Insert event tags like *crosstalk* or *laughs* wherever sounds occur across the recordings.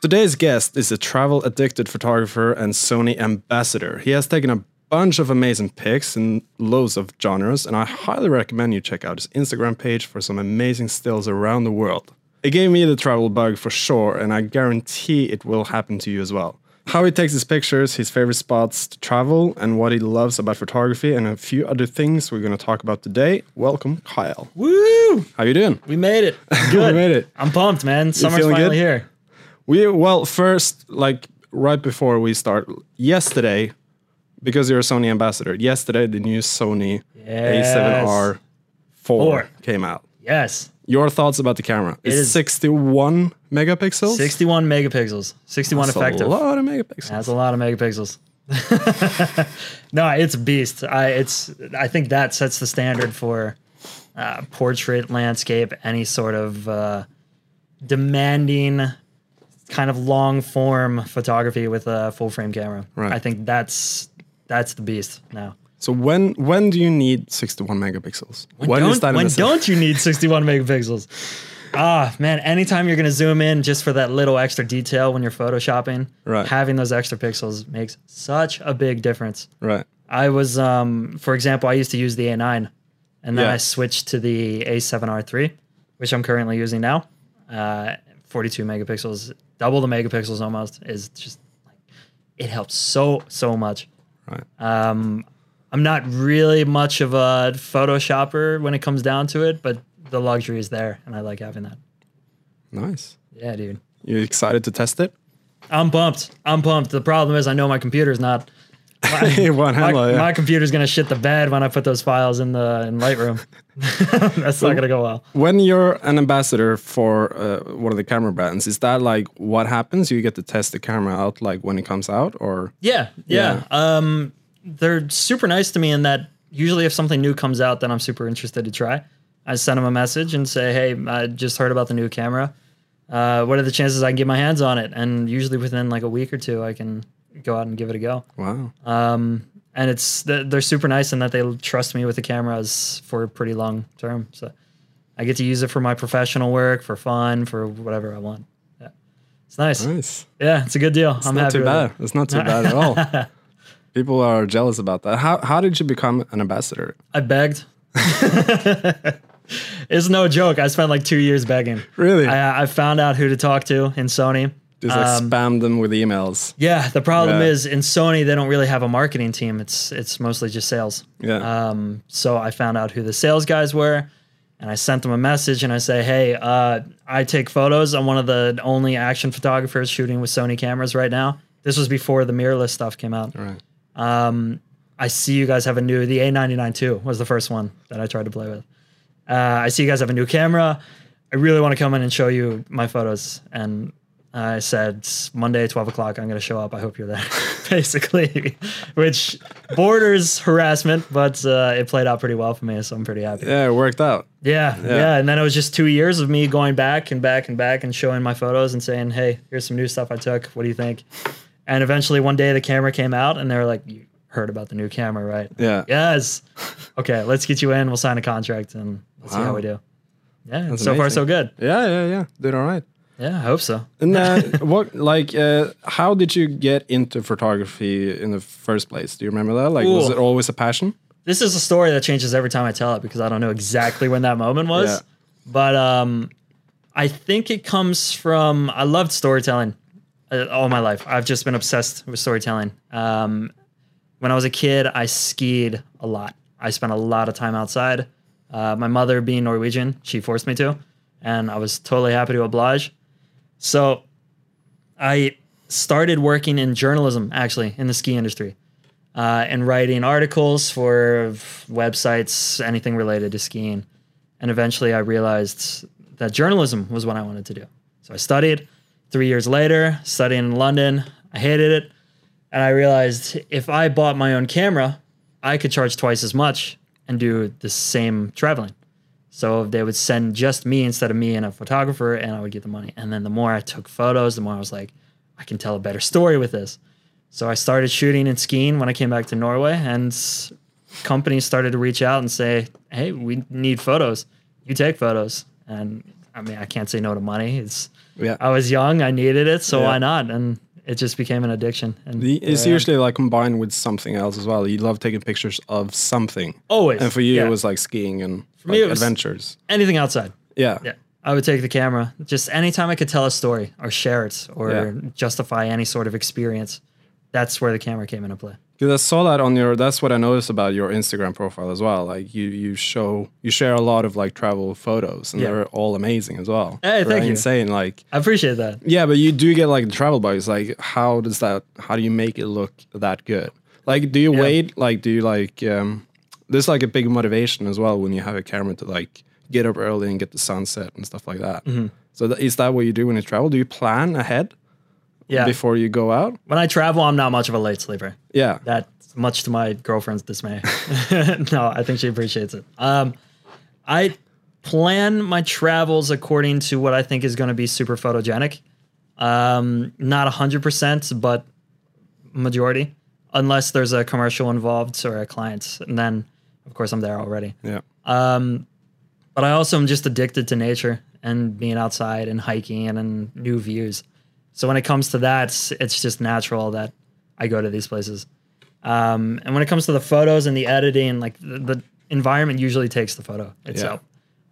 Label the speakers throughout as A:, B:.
A: Today's guest is a travel addicted photographer and Sony ambassador. He has taken a bunch of amazing pics in loads of genres, and I highly recommend you check out his Instagram page for some amazing stills around the world. It gave me the travel bug for sure, and I guarantee it will happen to you as well. How he takes his pictures, his favorite spots to travel, and what he loves about photography, and a few other things we're going to talk about today. Welcome, Kyle.
B: Woo!
A: How you doing?
B: We made it.
A: *laughs* We made it.
B: I'm pumped, man. Summer's
A: feeling
B: finally
A: good?
B: here.
A: We well first like right before we start yesterday because you're a Sony ambassador. Yesterday the new Sony A7R 4
B: Four.
A: came out.
B: Yes.
A: Your thoughts about the camera? It's
B: is-
A: 61 megapixels.
B: 61 megapixels. 61
A: That's
B: effective.
A: A lot of megapixels.
B: That's a lot of megapixels. *laughs* no, it's a beast. I it's I think that sets the standard for uh, portrait, landscape, any sort of uh, demanding kind of long form photography with a full frame camera.
A: Right.
B: I think that's that's the beast now.
A: So when when do you need 61 megapixels? When
B: don't,
A: is that
B: when
A: necessary?
B: don't you need 61 megapixels? Ah, man, anytime you're going to zoom in just for that little extra detail when you're photoshopping,
A: Right.
B: having those extra pixels makes such a big difference.
A: Right.
B: I was, um, for example, I used to use the A9 and then
A: Yeah.
B: I switched to the A7R3, which I'm currently using now. Uh, 42 megapixels, double the megapixels almost, is just like, it helps so, so much.
A: Right.
B: Um, I'm not really much of a photoshopper when it comes down to it, but the luxury is there, and I like having that.
A: Nice.
B: Yeah, dude.
A: You excited to test it?
B: I'm pumped. I'm pumped. The problem is, I know my computer's not.
A: *laughs* Hey, one
B: My,
A: handle, yeah.
B: my computer's gonna shit the bed when I put those files in the in Lightroom. *laughs* That's not gonna go well.
A: when you're an ambassador for uh, one of the camera brands, is that like what happens? You get to test the camera out like when it comes out, or
B: Yeah, yeah. Um, they're super nice to me in that usually if something new comes out that I'm super interested to try, I send them a message and say, "Hey, I just heard about the new camera. Uh, what are the chances I can get my hands on it?" And usually within like a week or two, I can go out and give it a go.
A: wow,
B: Um, and it's they're they're super nice in that they trust me with the cameras for a pretty long term. So I get to use it for my professional work, for fun, for whatever I want. Yeah, it's nice.
A: nice.
B: Yeah, it's a good deal. I'm
A: not
B: happy
A: too
B: with it.
A: bad. It's not
B: *laughs*
A: too bad at all. People are jealous about that. How how did you become an ambassador?
B: I begged. *laughs* it's no joke. I spent like two years begging.
A: Really?
B: I, um, I found out who to talk to in Sony.
A: Just like spam them with emails.
B: Yeah, the problem
A: Yeah.
B: is in Sony they don't really have a marketing team. It's it's mostly just sales.
A: Yeah,
B: Um, so I found out who the sales guys were, and I sent them a message and I say, "Hey, uh, I take photos. I'm one of the only action photographers shooting with Sony cameras right now." This was before the mirrorless stuff came out.
A: right.
B: Um, I see you guys have a new the A99 II was the first one that I tried to play with. Uh, I see you guys have a new camera. I really want to come in and show you my photos. And I said Monday twelve o'clock I'm going to show up. I hope you're there, *laughs* basically, *laughs* which borders harassment, but uh, it played out pretty well for me, so I'm pretty happy.
A: Yeah, it worked out.
B: Yeah, yeah, And then it was just two years of me going back and back and back and showing my photos and saying, "Hey, here's some new stuff I took. What do you think?" And eventually, one day, the camera came out, and they were like, "You heard about the new camera, right?"
A: Yeah,
B: Yes. Okay, let's get you in. We'll sign a contract and let's see
A: Wow.
B: how we do. Yeah. so far,
A: amazing.
B: so good.
A: yeah, yeah, yeah. Did all right.
B: Yeah, I hope so.
A: And uh,
B: *laughs*
A: what like uh, how did you get into photography in the first place? Do you remember that? Like, was
B: Ooh.
A: it always a passion?
B: this is a story that changes every time I tell it because I don't know exactly when that moment was.
A: Yeah.
B: But um, I think it comes from I loved storytelling uh, all my life. I've just been obsessed with storytelling. Um, when I was a kid, I skied a lot. I spent a lot of time outside. Uh, my mother, being Norwegian, she forced me to, and I was totally happy to oblige. So I started working in journalism, actually, in the ski industry uh, and writing articles for websites, anything related to skiing. And eventually I realized that journalism was what I wanted to do. So I studied three years later, studying in London. I hated it. And I realized if I bought my own camera, I could charge twice as much and do the same traveling. So they would send just me instead of me and a photographer, and I would get the money. And then the more I took photos, the more I was like, I can tell a better story with this. So I started shooting and skiing when I came back to Norway, and s- companies started to reach out and say, "Hey, we need photos. You take photos." And I mean, I can't say no to money. It's
A: Yeah.
B: I was young, I needed it, so
A: Yeah.
B: why not? And it just became an addiction. And
A: The- It's
B: here I am.
A: usually like combined with something else as well. You love taking pictures of something.
B: always.
A: And for you,
B: yeah.
A: it was like skiing and
B: me,
A: like,
B: it was-
A: adventures.
B: anything outside.
A: Yeah.
B: Yeah. I would take the camera just anytime I could tell a story or share it or
A: Yeah.
B: justify any sort of experience. That's where the camera came into play.
A: Because I saw that on your. That's what I noticed about your Instagram profile as well. Like you, you show, you share a lot of like travel photos, and
B: Yeah.
A: they're all amazing as well.
B: Hey, thank
A: They're
B: you.
A: Insane, like
B: I appreciate that.
A: yeah, but you do get like the travel bugs. Like, how does that? How do you make it look that good? Like, do you wait? Like, do you like? um There's like a big motivation as well when you have a camera to like get up early and get the sunset and stuff like that.
B: Mm-hmm.
A: So that, is that what you do when you travel? Do you plan ahead
B: Yeah.
A: before you go out?
B: when I travel, I'm not much of a late sleeper.
A: Yeah.
B: That's much to my girlfriend's dismay. *laughs* no, I think she appreciates it. Um, I plan my travels according to what I think is going to be super photogenic. Um, not 100%, but majority, unless there's a commercial involved or a client. And then, of course, I'm there already.
A: yeah.
B: But I also am just addicted to nature and being outside and hiking and, and new views. So when it comes to that, it's- it's just natural that I go to these places. Um, and when it comes to the photos and the editing, like the, the environment usually takes the photo itself.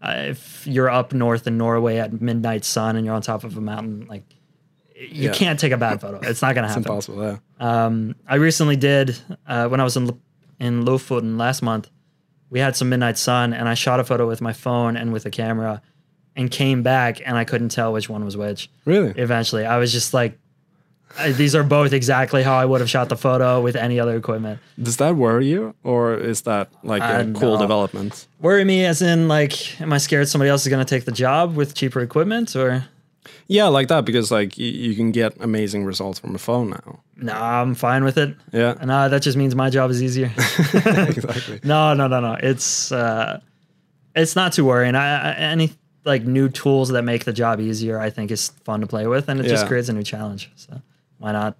B: Uh, if you're up north in Norway at midnight sun and you're on top of a mountain, like you
A: Yeah.
B: can't take a bad photo. It's not going to happen.
A: Impossible. Yeah.
B: Um, I recently did uh, when I was in Lo- in Lofoten last month. We had some midnight sun, and I shot a photo with my phone and with a camera, and came back, and I couldn't tell which one was which.
A: Really?
B: Eventually, I was just like, "Uh, "These are both exactly how I would have shot the photo with any other equipment."
A: Does that worry you, or is that like a
B: Uh,
A: cool
B: no.
A: development?
B: Worry me, as in like, am I scared somebody else is going to take the job with cheaper equipment, or
A: Yeah, like that because like y- you can get amazing results from a phone now.
B: no? I'm fine with it.
A: Yeah,
B: Nah, that just means my job is easier.
A: *laughs*
B: *laughs*
A: exactly.
B: No, no, no, no. It's uh, it's not too worrying. I, I any like new tools that make the job easier, I think, is fun to play with, and it just
A: Yeah.
B: creates a new challenge. So why not?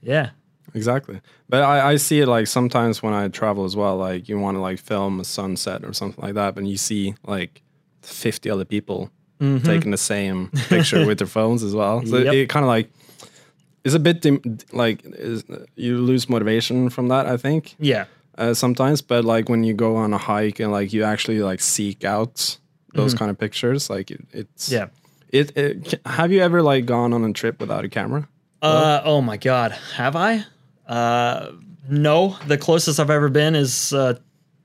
B: Yeah,
A: Exactly. But I, I see it like sometimes when I travel as well, like you want to like film a sunset or something like that, and you see like 50 other people taking the same picture with their phones as well. So
B: Mm-hmm. Yep.
A: it kind of like, it's a bit dim- like is, you lose motivation from that, I think.
B: yeah,
A: uh, sometimes but like when you go on a hike and like you actually like seek out those kind of pictures like it, it's
B: Mm-hmm. yeah.
A: it, it c- have you ever like gone on a trip without a camera
B: Uh, oh my God, have I? Uh, no. The closest I've ever been is uh,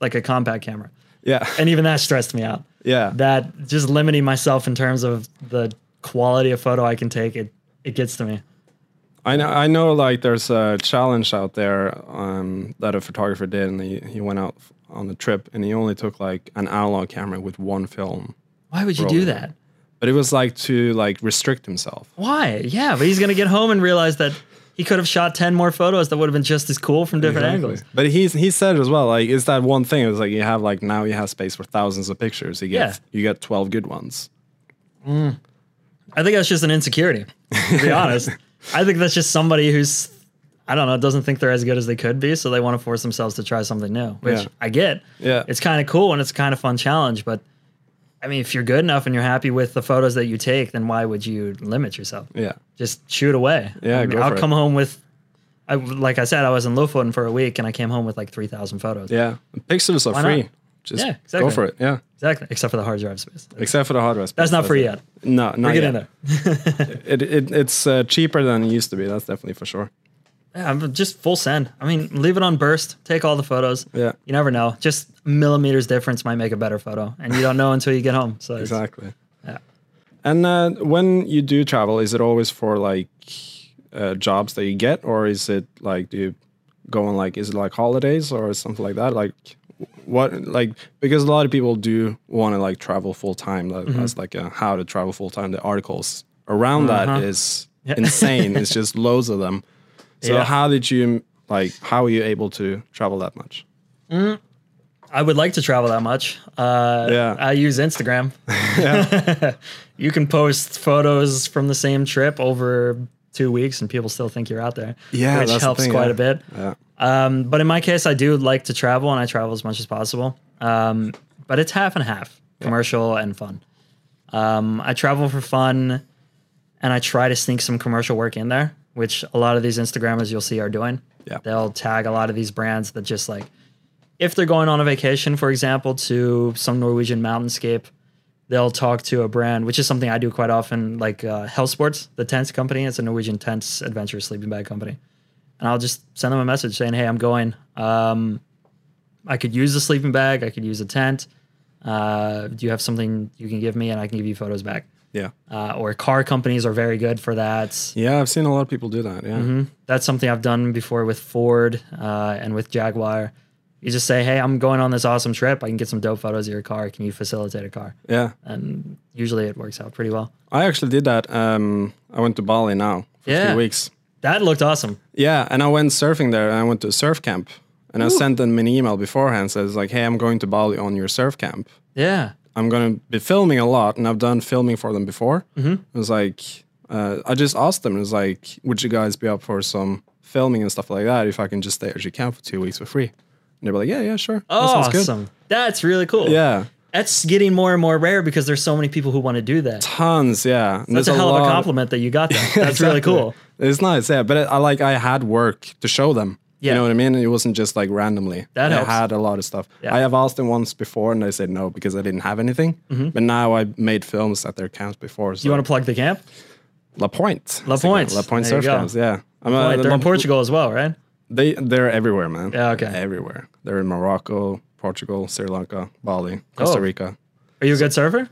B: like a compact camera,
A: yeah *laughs*
B: and even that stressed me out.
A: yeah
B: That just limiting myself in terms of the quality of photo I can take, it it gets to me.
A: i know i know like there's a challenge out there um that a photographer did and he, he went out f- on a trip and he only took like an analog camera with one film
B: Why would you do
A: Rolling.
B: that?
A: but it was like to like restrict himself
B: Why? Yeah, but he's gonna get home and realize that he could have shot ten more photos that would have been just as cool from different angles.
A: But he's he said as well, like it's that one thing. It was like you have like now you have space for thousands of pictures. You get you get twelve good ones.
B: I think that's just an insecurity.
A: *laughs*
B: To be honest, I think that's just somebody who's I don't know doesn't think they're as good as they could be, so they want to force themselves to try something new, which
A: Yeah.
B: I get.
A: Yeah.
B: it's kind of cool and it's kind of fun challenge, but. I mean, if you're good enough and you're happy with the photos that you take, then why would you limit yourself?
A: Yeah.
B: just shoot away.
A: Yeah,
B: I mean,
A: go
B: I'll
A: for it.
B: come home with, I like I said, I was in Lofoten for a week and I came home with like three thousand photos.
A: Yeah. Pixels are
B: not?
A: free. Just
B: Yeah,
A: go
B: exactly.
A: for it. Yeah.
B: Exactly, except for the hard drive space.
A: Except for the hard drive.
B: That's not free yet.
A: No, not
B: We're
A: yet.
B: getting there.
A: It, it it's uh, cheaper than it used to be. That's definitely for sure.
B: Yeah, I'm just full send. I mean, leave it on burst. Take all the photos.
A: Yeah.
B: You never know. Just millimeters difference might make a better photo, and you don't know until you get home. So it's-
A: Exactly.
B: Yeah.
A: And uh, when you do travel, is it always for like uh, jobs that you get, or is it like do you go on like is it like holidays or something like that? Like what like because a lot of people do want to like travel full time. Like,
B: Mm-hmm.
A: That's like a how to travel full time. The articles around that
B: Uh-huh.
A: is
B: *laughs*
A: insane. it's just loads of them. So
B: Yeah.
A: how did you like? How were you able to travel that much?
B: I would like to travel that much. Uh,
A: Yeah.
B: I use Instagram. you can post photos from the same trip over two weeks, and people still think you're out there.
A: Yeah,
B: which
A: that's the
B: helps
A: thing,
B: quite
A: yeah.
B: a bit.
A: Yeah.
B: Um, but in my case, I do like to travel, and I travel as much as possible. Um, but it's half and half, commercial and fun. Um, I travel for fun and I try to sneak some commercial work in there, which a lot of these Instagrammers you'll see are doing.
A: Yeah.
B: They'll tag a lot of these brands that just like, if they're going on a vacation, for example, to some Norwegian mountainscape, they'll talk to a brand, which is something I do quite often, like uh, Hellsports, the tent company. It's a Norwegian tents adventure sleeping bag company. And I'll just send them a message saying, hey, I'm going. Um, I could use a sleeping bag. I could use a tent. Uh, do you have something you can give me? And I can give you photos back
A: Yeah.
B: uh, or car companies are very good for that.
A: Yeah, I've seen a lot of people do that. Yeah.
B: Mhm. That's something I've done before with Ford uh, and with Jaguar. You just say, "Hey, I'm going on this awesome trip. I can get some dope photos of your car. Can you facilitate a car?"
A: Yeah.
B: And usually it works out pretty well.
A: I actually did that. Um, I went to Bali now for
B: Yeah.
A: two weeks.
B: That looked awesome.
A: Yeah, and I went surfing there and I went to a surf camp. And I sent them an email beforehand says like, hey, I'm going to Bali on your surf camp.
B: Yeah,
A: I'm gonna be filming a lot, and I've done filming for them before. Mm-hmm. It was like uh, I just asked them, it was like, would you guys be up for some filming and stuff like that if I can just stay at your camp for two weeks for free? And they were like, yeah, yeah, sure. That sounds good."
B: awesome. That's really cool.
A: Yeah,
B: that's getting more and more rare because there's so many people who want to do that.
A: tons. Yeah, And
B: That's
A: there's
B: a hell of a
A: lot-
B: compliment that you
A: *laughs*
B: got. That. That's really
A: Exactly.
B: cool.
A: It's nice, yeah. But it, I like I had work to show them.
B: Yeah.
A: You know what I mean? It wasn't just like randomly.
B: That
A: I
B: helps.
A: had a lot of stuff.
B: Yeah.
A: I have asked them once before, and they said no because I didn't have anything. But now I made films at their camps before. So
B: Mm-hmm. You want to plug the camp?
A: Uh, La Pointe.
B: La
A: It's like
B: Pointe.
A: La Pointe
B: There you
A: surf
B: go.
A: camps. Yeah, I'm
B: Right,
A: a,
B: they're
A: La,
B: in Portugal as well, right?
A: they they're everywhere, man.
B: Yeah, okay.
A: Everywhere. They're in Morocco, Portugal, Sri Lanka, Bali, Costa
B: Oh.
A: Rica.
B: Are you a good surfer?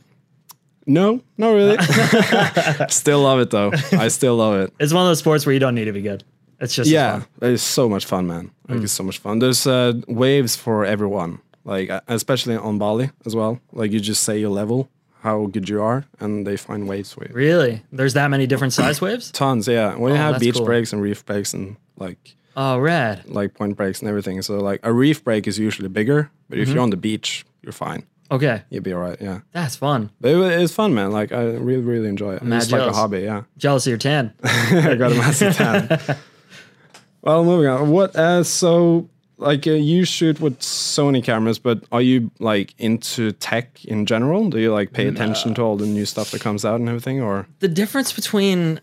A: No, not
B: *laughs*
A: really. *laughs* still love it though. I still love it.
B: It's one of those sports where you don't need to be good. It's just fun. Mm.
A: Yeah, it's so much fun, man. Like it's so much fun. There's uh, waves for everyone, like uh, especially on Bali as well. Like you just say your level, how good you are, and they find waves for you.
B: Really? There's that many
A: *coughs*
B: different size waves?
A: Tons, yeah. We have
B: Oh, that's
A: beach
B: cool.
A: breaks and reef breaks and like
B: Oh, rad.
A: like point breaks and everything. So like a reef break is usually bigger, but if
B: Mm-hmm.
A: you're on the beach, you're fine.
B: Okay,
A: You'll be all right. Yeah,
B: that's fun.
A: but it, wa- it's fun, man. Like I really, really enjoy it.
B: mad
A: it's like a
B: jealous.
A: hobby. Yeah,
B: Jealous of your tan.
A: *laughs* I got a massive tan. well, moving on. What? Uh, so like uh, you shoot with Sony cameras, but are you like into tech in general? Do you like pay attention to all the new stuff that comes out and everything, or
B: the difference between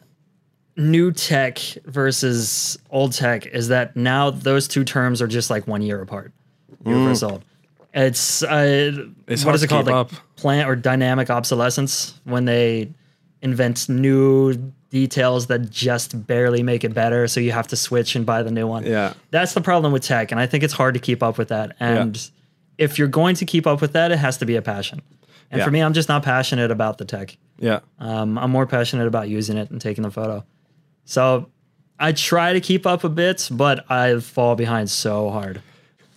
B: new tech versus old tech is that now those two terms are just like one year apart. Year versus old. It's, uh,
A: Mm. It's
B: what
A: hard
B: is it
A: to keep
B: called? Like
A: up.
B: plant or dynamic obsolescence when they invent new details that just barely make it better. So you have to switch and buy the new one.
A: yeah?
B: That's the problem with tech, and I think it's hard to keep up with that. And if you're going to keep up with that, it has to be a passion. And for
A: Yeah.
B: me, I'm just not passionate about the tech.
A: Yeah,
B: Um, I'm more passionate about using it and taking the photo. So I try to keep up a bit, but I fall behind so hard.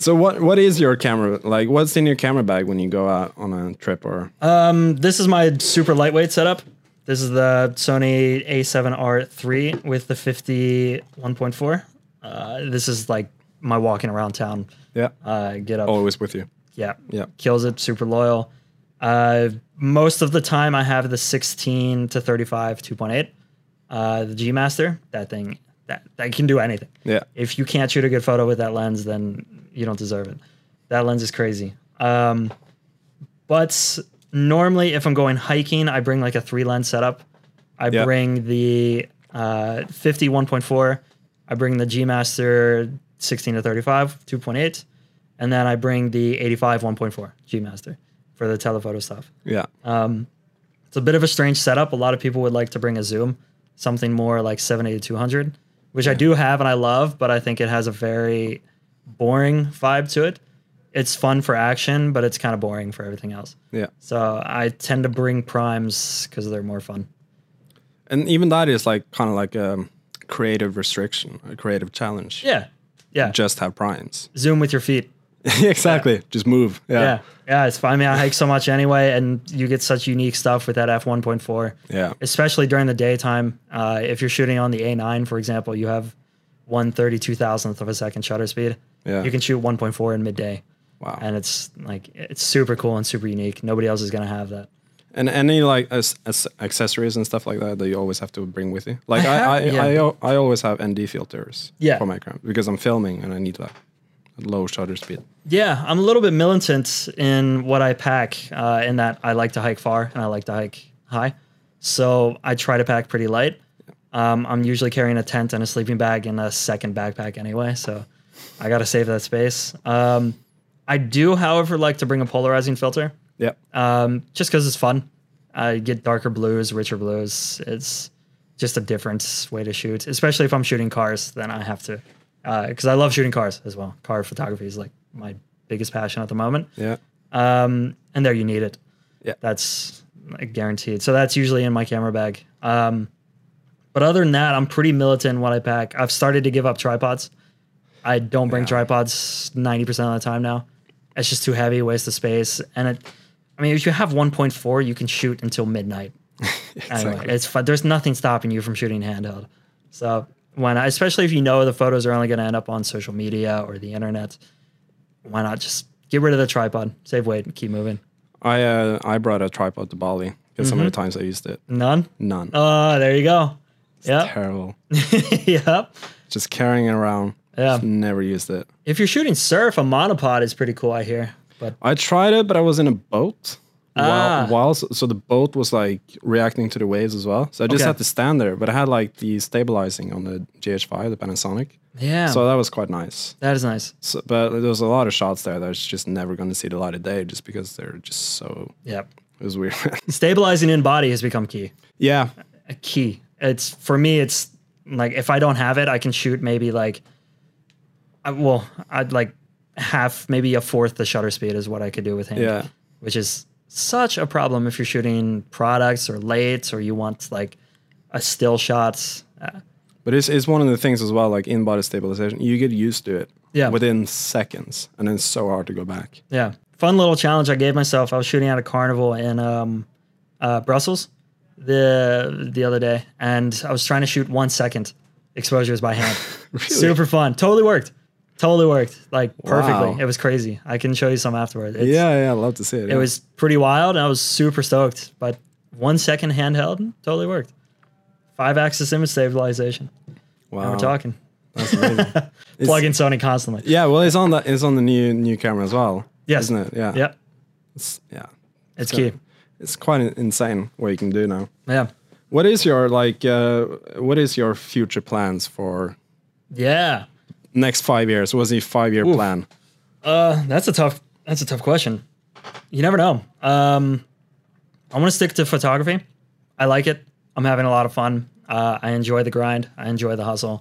A: so what what is your camera like? What's in your camera bag when you go out on a trip or
B: Um, this is my super lightweight setup. This is the Sony A7R3 with the 50 1.4. Uh, this is like my walking around town.
A: yeah?
B: Uh, get up.
A: Always with you.
B: Yeah.
A: Yeah.
B: Kills it. Super loyal. Uh, most of the time, I have the 16 to 35 2.8. Uh, the G Master. That thing. That that can do anything.
A: Yeah.
B: If you can't shoot a good photo with that lens, then you don't deserve it. That lens is crazy. Um, but normally, if I'm going hiking, I bring like a three lens setup. I
A: Yeah.
B: bring the uh, 50 1.4. I bring the G Master 16 to 35 2.8, and then I bring the 85 1.4 G Master for the telephoto stuff.
A: Yeah.
B: It's a bit of a strange setup. A lot of people would like to bring a zoom, something more like 70 to 200, which I do have and I love, but I think it has a very boring vibe to it. It's fun for action, but it's kind of boring for everything else.
A: yeah.
B: So I tend to bring primes because they're more fun.
A: And even that is like kind of like a creative restriction, a creative challenge.
B: Yeah. Yeah.
A: Just have primes. *laughs*
B: Zoom with your feet.
A: exactly. Just move. Yeah.
B: Yeah.
A: Yeah.
B: Yeah. It's fun. I mean, I hike so much anyway, and you get such unique stuff with that F1.4. especially during the daytime. Uh, if you're shooting on the A9, for example, you have one thirty two thousandth of a second shutter speed.
A: Yeah.
B: You can shoot 1.4 in midday,
A: Wow.
B: and it's like it's super cool and super unique. Nobody else is gonna have that.
A: And any like as, as accessories and stuff like that that you always have to bring with you. Like
B: I
A: I I,
B: have- yeah.
A: I, al- I always have ND filters
B: Yeah.
A: for my camera because I'm filming and I need that low shutter speed.
B: Yeah, I'm a little bit militant in what I pack, uh, in that I like to hike far and I like to hike high. So I try to pack pretty light. Um, I'm usually carrying a tent and a sleeping bag and a second backpack anyway, so I gotta save that space. Um, I do, however, like to bring a polarizing filter
A: Yeah.
B: um, just because it's fun. I get darker blues, richer blues. It's just a different way to shoot, especially if I'm shooting cars. Then I have to, because I love shooting cars as well. Car photography is like my biggest passion at the moment.
A: Yeah.
B: Um, and there you need it.
A: Yeah.
B: That's like, guaranteed. So that's usually in my camera bag. Um, but other than that, I'm pretty militant in what I pack. I've started to give up tripods. I don't bring
A: Yeah.
B: tripods 90% of the time now. It's just too heavy, waste of space. And it, I mean, if you have 1.4, you can shoot
A: *laughs*
B: until midnight. Anyway,
A: Exactly.
B: it's fun. There's nothing stopping you from shooting handheld. So why not? Especially if you know the photos are only going to end up on social media or the internet. Why not just get rid of the tripod, save weight, and keep moving?
A: I uh, I brought a tripod to Bali because so
B: Mm-hmm.
A: many times I used it.
B: None.
A: None.
B: Oh, there you go. Yep.
A: Terrible.
B: *laughs* yep.
A: Just carrying it around.
B: Yeah.
A: Just never used it.
B: If you're shooting surf, a monopod is pretty cool. I hear, but
A: I tried it, but I was in a boat.
B: Ah.
A: While, while so, so the boat was like reacting to the waves as well. So I just
B: Okay.
A: had to stand there, but I had like the stabilizing on the GH5, the Panasonic.
B: yeah,
A: So that was quite nice.
B: that is nice.
A: So, but there was a lot of shots there that's just never going to see the light of day, just because they're just so.
B: Yep.
A: It was weird. *laughs*
B: Stabilizing in body has become key.
A: yeah,
B: A key. It's for me. It's like if I don't have it, I can shoot maybe like, I, well, I'd like half, maybe a fourth the shutter speed is what I could do with hand.
A: yeah,
B: which is such a problem if you're shooting products or lates or you want like a still shots. Uh,
A: but it's it's one of the things as well. Like in body stabilization, you get used to it.
B: Yeah.
A: within seconds, and then it's so hard to go back.
B: yeah, fun little challenge I gave myself. I was shooting at a carnival in um, uh, Brussels the the other day, and I was trying to shoot one second exposures
A: *laughs*
B: by hand. Super fun. Totally worked. Totally worked. Like perfectly.
A: Wow.
B: It was crazy. I can show you some afterward. It's,
A: Yeah, yeah, I love to see it.
B: It was pretty wild. And I was super stoked. But one second handheld totally worked. Five axis image stabilization.
A: wow.
B: We're
A: Oh.
B: talking.
A: That's
B: *laughs*
A: amazing. It's-
B: Plug in Sony constantly.
A: Yeah, well, it's on that. It's on the new new camera as well.
B: Yes.
A: isn't it? Yeah,
B: Yep.
A: It's, yeah,
B: It's
A: Yeah.
B: key.
A: it's quite in- insane what you can do now.
B: Yeah.
A: What is your like? Uh, what is your future plans for
B: Yeah.
A: next five years? What's your five year plan?
B: Uh, that's a tough that's a tough question. You never know. Um I want to stick to photography. I like it. I'm having a lot of fun. Uh, I enjoy the grind. I enjoy the hustle.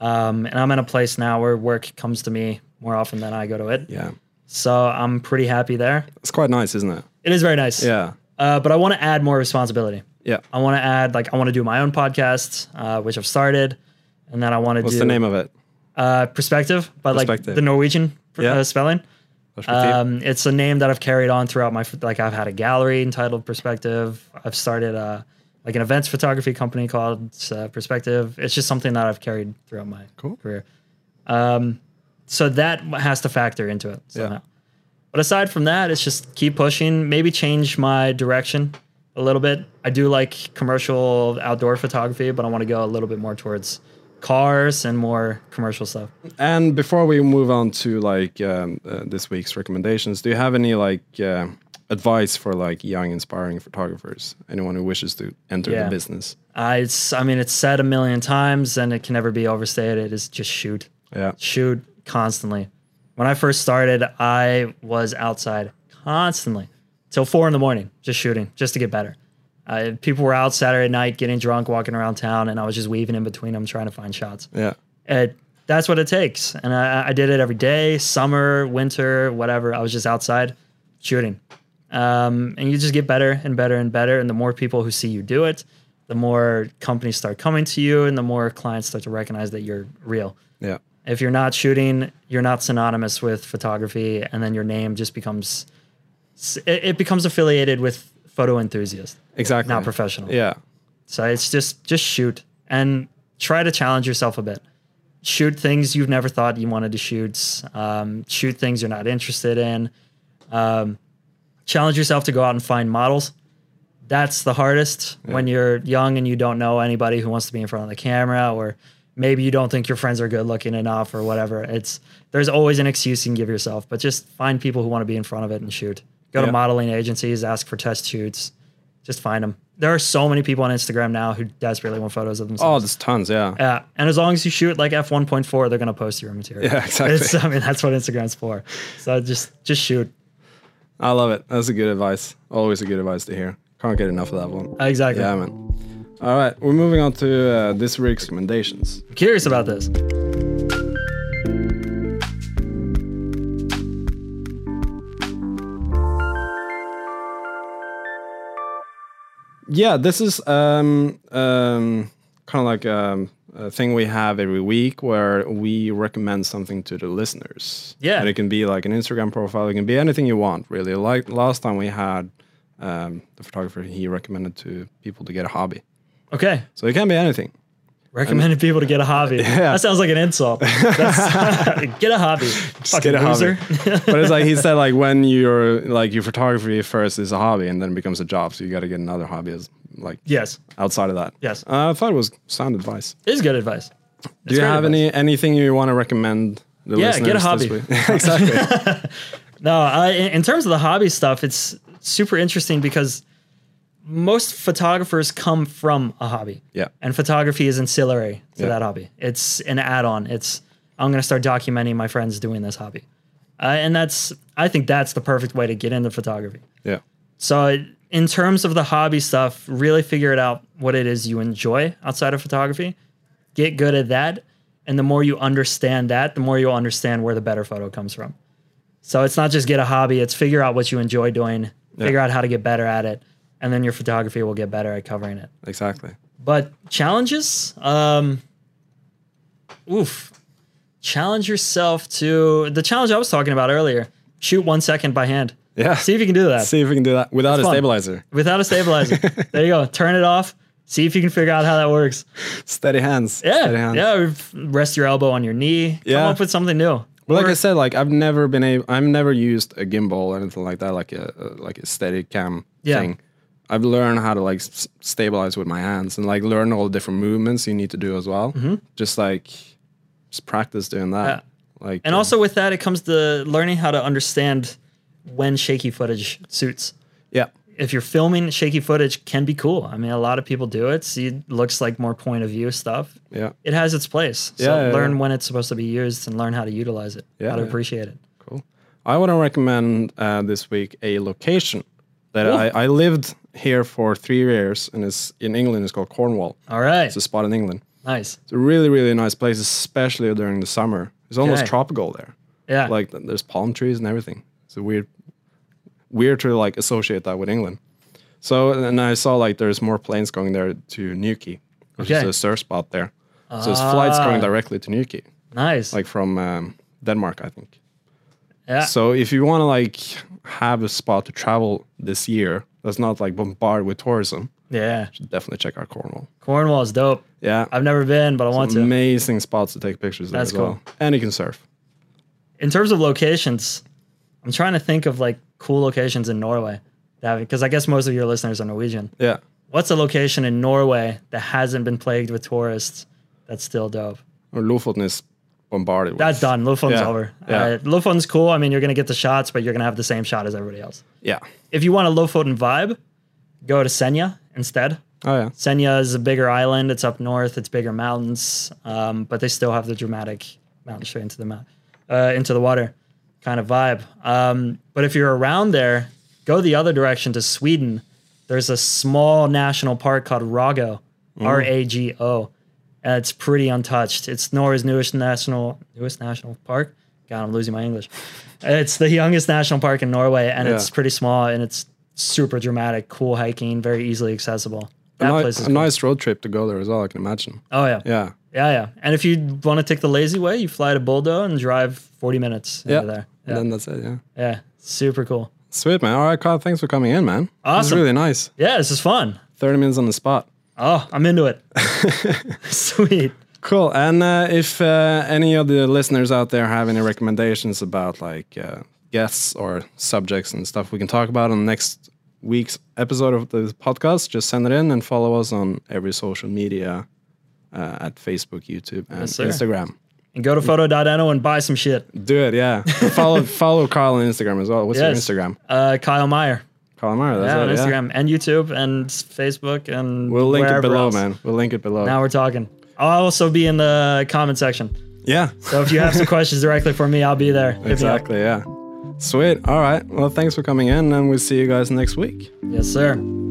B: Um, and I'm in a place now where work comes to me more often than I go to it.
A: Yeah,
B: So I'm pretty happy there.
A: it's quite nice, isn't it?
B: It is very nice.
A: Yeah,
B: Uh, but I want to add more responsibility.
A: yeah.
B: I want to add, like, I want to do my own podcast, uh, which I've started. And then I want to
A: What's
B: do
A: the name of it?
B: Uh, Perspective, but like
A: Perspective.
B: the Norwegian
A: Yeah.
B: uh, spelling.
A: Perspektiv?
B: Um, it's a name that I've carried on throughout my, like, I've had a gallery entitled Perspective. I've started uh, like an events photography company called uh, Perspective. It's just something that I've carried throughout my
A: Cool.
B: career. Um, so that has to factor into it
A: Yeah.
B: somehow. But aside from that, it's just keep pushing. Maybe change my direction a little bit. I do like commercial outdoor photography, but I want to go a little bit more towards cars and more commercial stuff.
A: And before we move on to like um, uh, this week's recommendations, do you have any like uh, advice for like young inspiring photographers? Anyone who wishes to enter
B: Yeah.
A: the business?
B: I, Uh, it's, I mean, it's said a million times, and it can never be overstated. Is just shoot.
A: Yeah,
B: shoot constantly. When I first started, I was outside constantly till four in the morning, just shooting, just to get better. I, people were out Saturday night getting drunk, walking around town, and I was just weaving in between them trying to find shots.
A: yeah.
B: It, that's what it takes. And I, I did it every day, summer, winter, whatever. I was just outside shooting. Um, and you just get better and better and better. And the more people who see you do it, the more companies start coming to you and the more clients start to recognize that you're real
A: Yeah.
B: if you're not shooting you're not synonymous with photography and then your name just becomes it, it becomes affiliated with photo enthusiast
A: Exactly.
B: not professional
A: Yeah.
B: so it's just just shoot and try to challenge yourself a bit shoot things you've never thought you wanted to shoot um, shoot things you're not interested in um, challenge yourself to go out and find models that's the hardest when you're young and you don't know anybody who wants to be in front of the camera or maybe you don't think your friends are good looking enough or whatever it's there's always an excuse you can give yourself but just find people who want to be in front of it and shoot go
A: Yeah.
B: to modeling agencies ask for test shoots just find them there are so many people on Instagram now who desperately want photos of
A: Oh,
B: themselves.
A: there's tons, yeah.
B: yeah, and as long as you shoot like f one point four, they're gonna post your material.
A: Yeah, exactly.
B: It's, I mean, that's what Instagram's for. So just just shoot.
A: I love it. That's a good advice. Always a good advice to hear. Can't get enough of that one.
B: Uh, Exactly.
A: Yeah, man. All right, we're moving on to uh, this week's recommendations.
B: I'm curious about this.
A: Yeah, this is um, um, kind of like um, a thing we have every week where we recommend something to the listeners.
B: Yeah.
A: And it can be like an Instagram profile, it can be anything you want, really. Like last time we had um, the photographer, he recommended to people to get a hobby.
B: Okay,
A: So it can be anything.
B: recommended people to get
A: *laughs*
B: a hobby. That sounds like an insult. That's- *laughs* get a hobby. Fucking
A: get a
B: loser. *laughs*
A: hobby. but it's like he said, like when you're like your photography first is a hobby and then it becomes a job, so you got to get another hobby as like
B: yes,
A: outside of that.
B: Yes.
A: uh, I thought it was sound advice.
B: it is good advice.
A: Do you have any anything you want to recommend? The
B: Yeah, get a
A: listeners
B: hobby.
A: This week? *laughs* exactly.
B: No, I, in in terms of the hobby stuff, it's super interesting because most photographers come from a hobby.
A: Yeah.
B: And photography is ancillary to
A: Yeah.
B: that hobby. It's an add-on. It's I'm going to start documenting my friends doing this hobby, uh, and that's I think that's the perfect way to get into photography.
A: Yeah.
B: So it- in terms of the hobby stuff, really figure it out what it is you enjoy outside of photography. Get good at that, and the more you understand that, the more you'll understand where the better photo comes from. So it's not just get a hobby; it's figure out what you enjoy doing, figure out how to get better at it, and then your photography will get better at covering it.
A: Exactly.
B: But challenges, um, oof, challenge yourself to the challenge I was talking about earlier. Shoot one second by hand.
A: Yeah.
B: See if you can
A: *laughs*
B: do that
A: See if we can do that without a
B: fun.
A: stabilizer.
B: without a stabilizer. there you go. Turn it off. See if you can figure out how that works.
A: Steady hands. Steady
B: Yeah,
A: hands.
B: yeah. Rest your elbow on your knee.
A: Yeah.
B: Come up with something new.
A: But like
B: Or-
A: I said, like I've never been able, I've never used a gimbal or anything like that, like a, a like a steady cam
B: Yeah.
A: thing. I've learned how to like s- stabilize with my hands and like learn all the different movements you need to do as well.
B: Mm-hmm.
A: Just like just practice doing that. Like
B: and
A: uh,
B: also with that, it comes to learning how to understand when shaky footage suits.
A: yeah,
B: If you're filming, shaky footage can be cool. I mean, a lot of people do it. See, it looks like more point of view stuff.
A: yeah,
B: It has its place. So
A: Yeah, yeah,
B: learn
A: yeah.
B: when it's supposed to be used and learn how to utilize it,
A: Yeah,
B: how to
A: yeah.
B: appreciate it.
A: cool. I want to recommend uh, this week a location that I, I lived here for three years and it's in England. It's called Cornwall.
B: All right.
A: It's a spot in England.
B: Nice.
A: It's a really really nice place, especially during the summer. It's almost
B: Okay.
A: tropical there.
B: Yeah.
A: *laughs* like th- there's palm trees and everything. It's a weird, weird to like associate that with England. So and I saw like there's more planes going there to Newquay, which is
B: Okay.
A: a surf spot there. So there's flights
B: Ah.
A: going directly to Newquay,
B: nice.
A: like from um, Denmark, I think.
B: yeah.
A: So if you want to like have a spot to travel this year that's not like bombarded with tourism,
B: yeah.
A: definitely check out Cornwall.
B: Cornwall is dope.
A: Yeah,
B: I've never been, but I want to.
A: amazing spots to take pictures there
B: That's
A: as well, and you can surf.
B: in terms of locations, I'm trying to think of like cool locations in Norway. Because I guess most of your listeners are Norwegian.
A: Yeah,
B: What's a location in Norway that hasn't been plagued with tourists that's still dope?
A: or Lofoten is bombarded.
B: That's
A: with.
B: done. Lofoten's
A: Yeah,
B: over.
A: yeah.
B: Uh, Lofoten's cool. I mean, you're going to get the shots, but you're going to have the same shot as everybody else.
A: Yeah.
B: If you want a Lofoten vibe, go to Senja instead.
A: Oh yeah.
B: Senja is a bigger island. It's up north. It's bigger mountains, um, but they still have the dramatic mountain straight into the mount, uh, into the water kind of vibe. Um, but if you're around there, go the other direction to Sweden. There's a small national park called Rago,
A: Mm.
B: R A G O. And it's pretty untouched. It's Norway's newest national newest national park. God, I'm losing my
A: *laughs*
B: English. It's the youngest national park in Norway, and
A: Yeah.
B: it's pretty small and it's super dramatic, cool hiking, very easily accessible.
A: a,
B: That
A: ni-
B: place
A: a
B: is cool.
A: nice road trip to go there as well. I can imagine.
B: Oh yeah. yeah,
A: Yeah,
B: yeah, And if you want to take the lazy way, you fly to Boldo and drive 40 minutes
A: yeah.
B: over there.
A: And
B: Yeah,
A: then that's it. Yeah,
B: yeah, super cool.
A: sweet man. All right, Kyle. Thanks for coming in, man. This is
B: Awesome.
A: really nice.
B: Yeah, this is fun.
A: Thirty minutes on the spot.
B: Oh, I'm into
A: *laughs*
B: it. *laughs* Sweet.
A: Cool. And uh, if uh, any of the listeners out there have any recommendations about like uh, guests or subjects and stuff we can talk about on next week's episode of the podcast, just send it in and follow us on every social media uh, at Facebook, YouTube, and
B: Yes, sir.
A: Instagram.
B: And go to photo.no and buy some shit.
A: Do it. Yeah. follow follow Kyle on Instagram as well. What's
B: Yes.
A: your Instagram?
B: Uh, Kyle Meyer.
A: Calamari. That's
B: Yeah, on
A: it, yeah.
B: Instagram and YouTube and Facebook and
A: We'll link it
B: wherever
A: below,
B: else.
A: man. We'll link it below.
B: Now we're talking. I'll also be in the comment section.
A: yeah.
B: So if you have some *laughs* questions directly for me, I'll be there. Hit me up.
A: exactly. Yeah. Sweet. All right. Well, thanks for coming in, and we'll see you guys next week.
B: Yes, sir.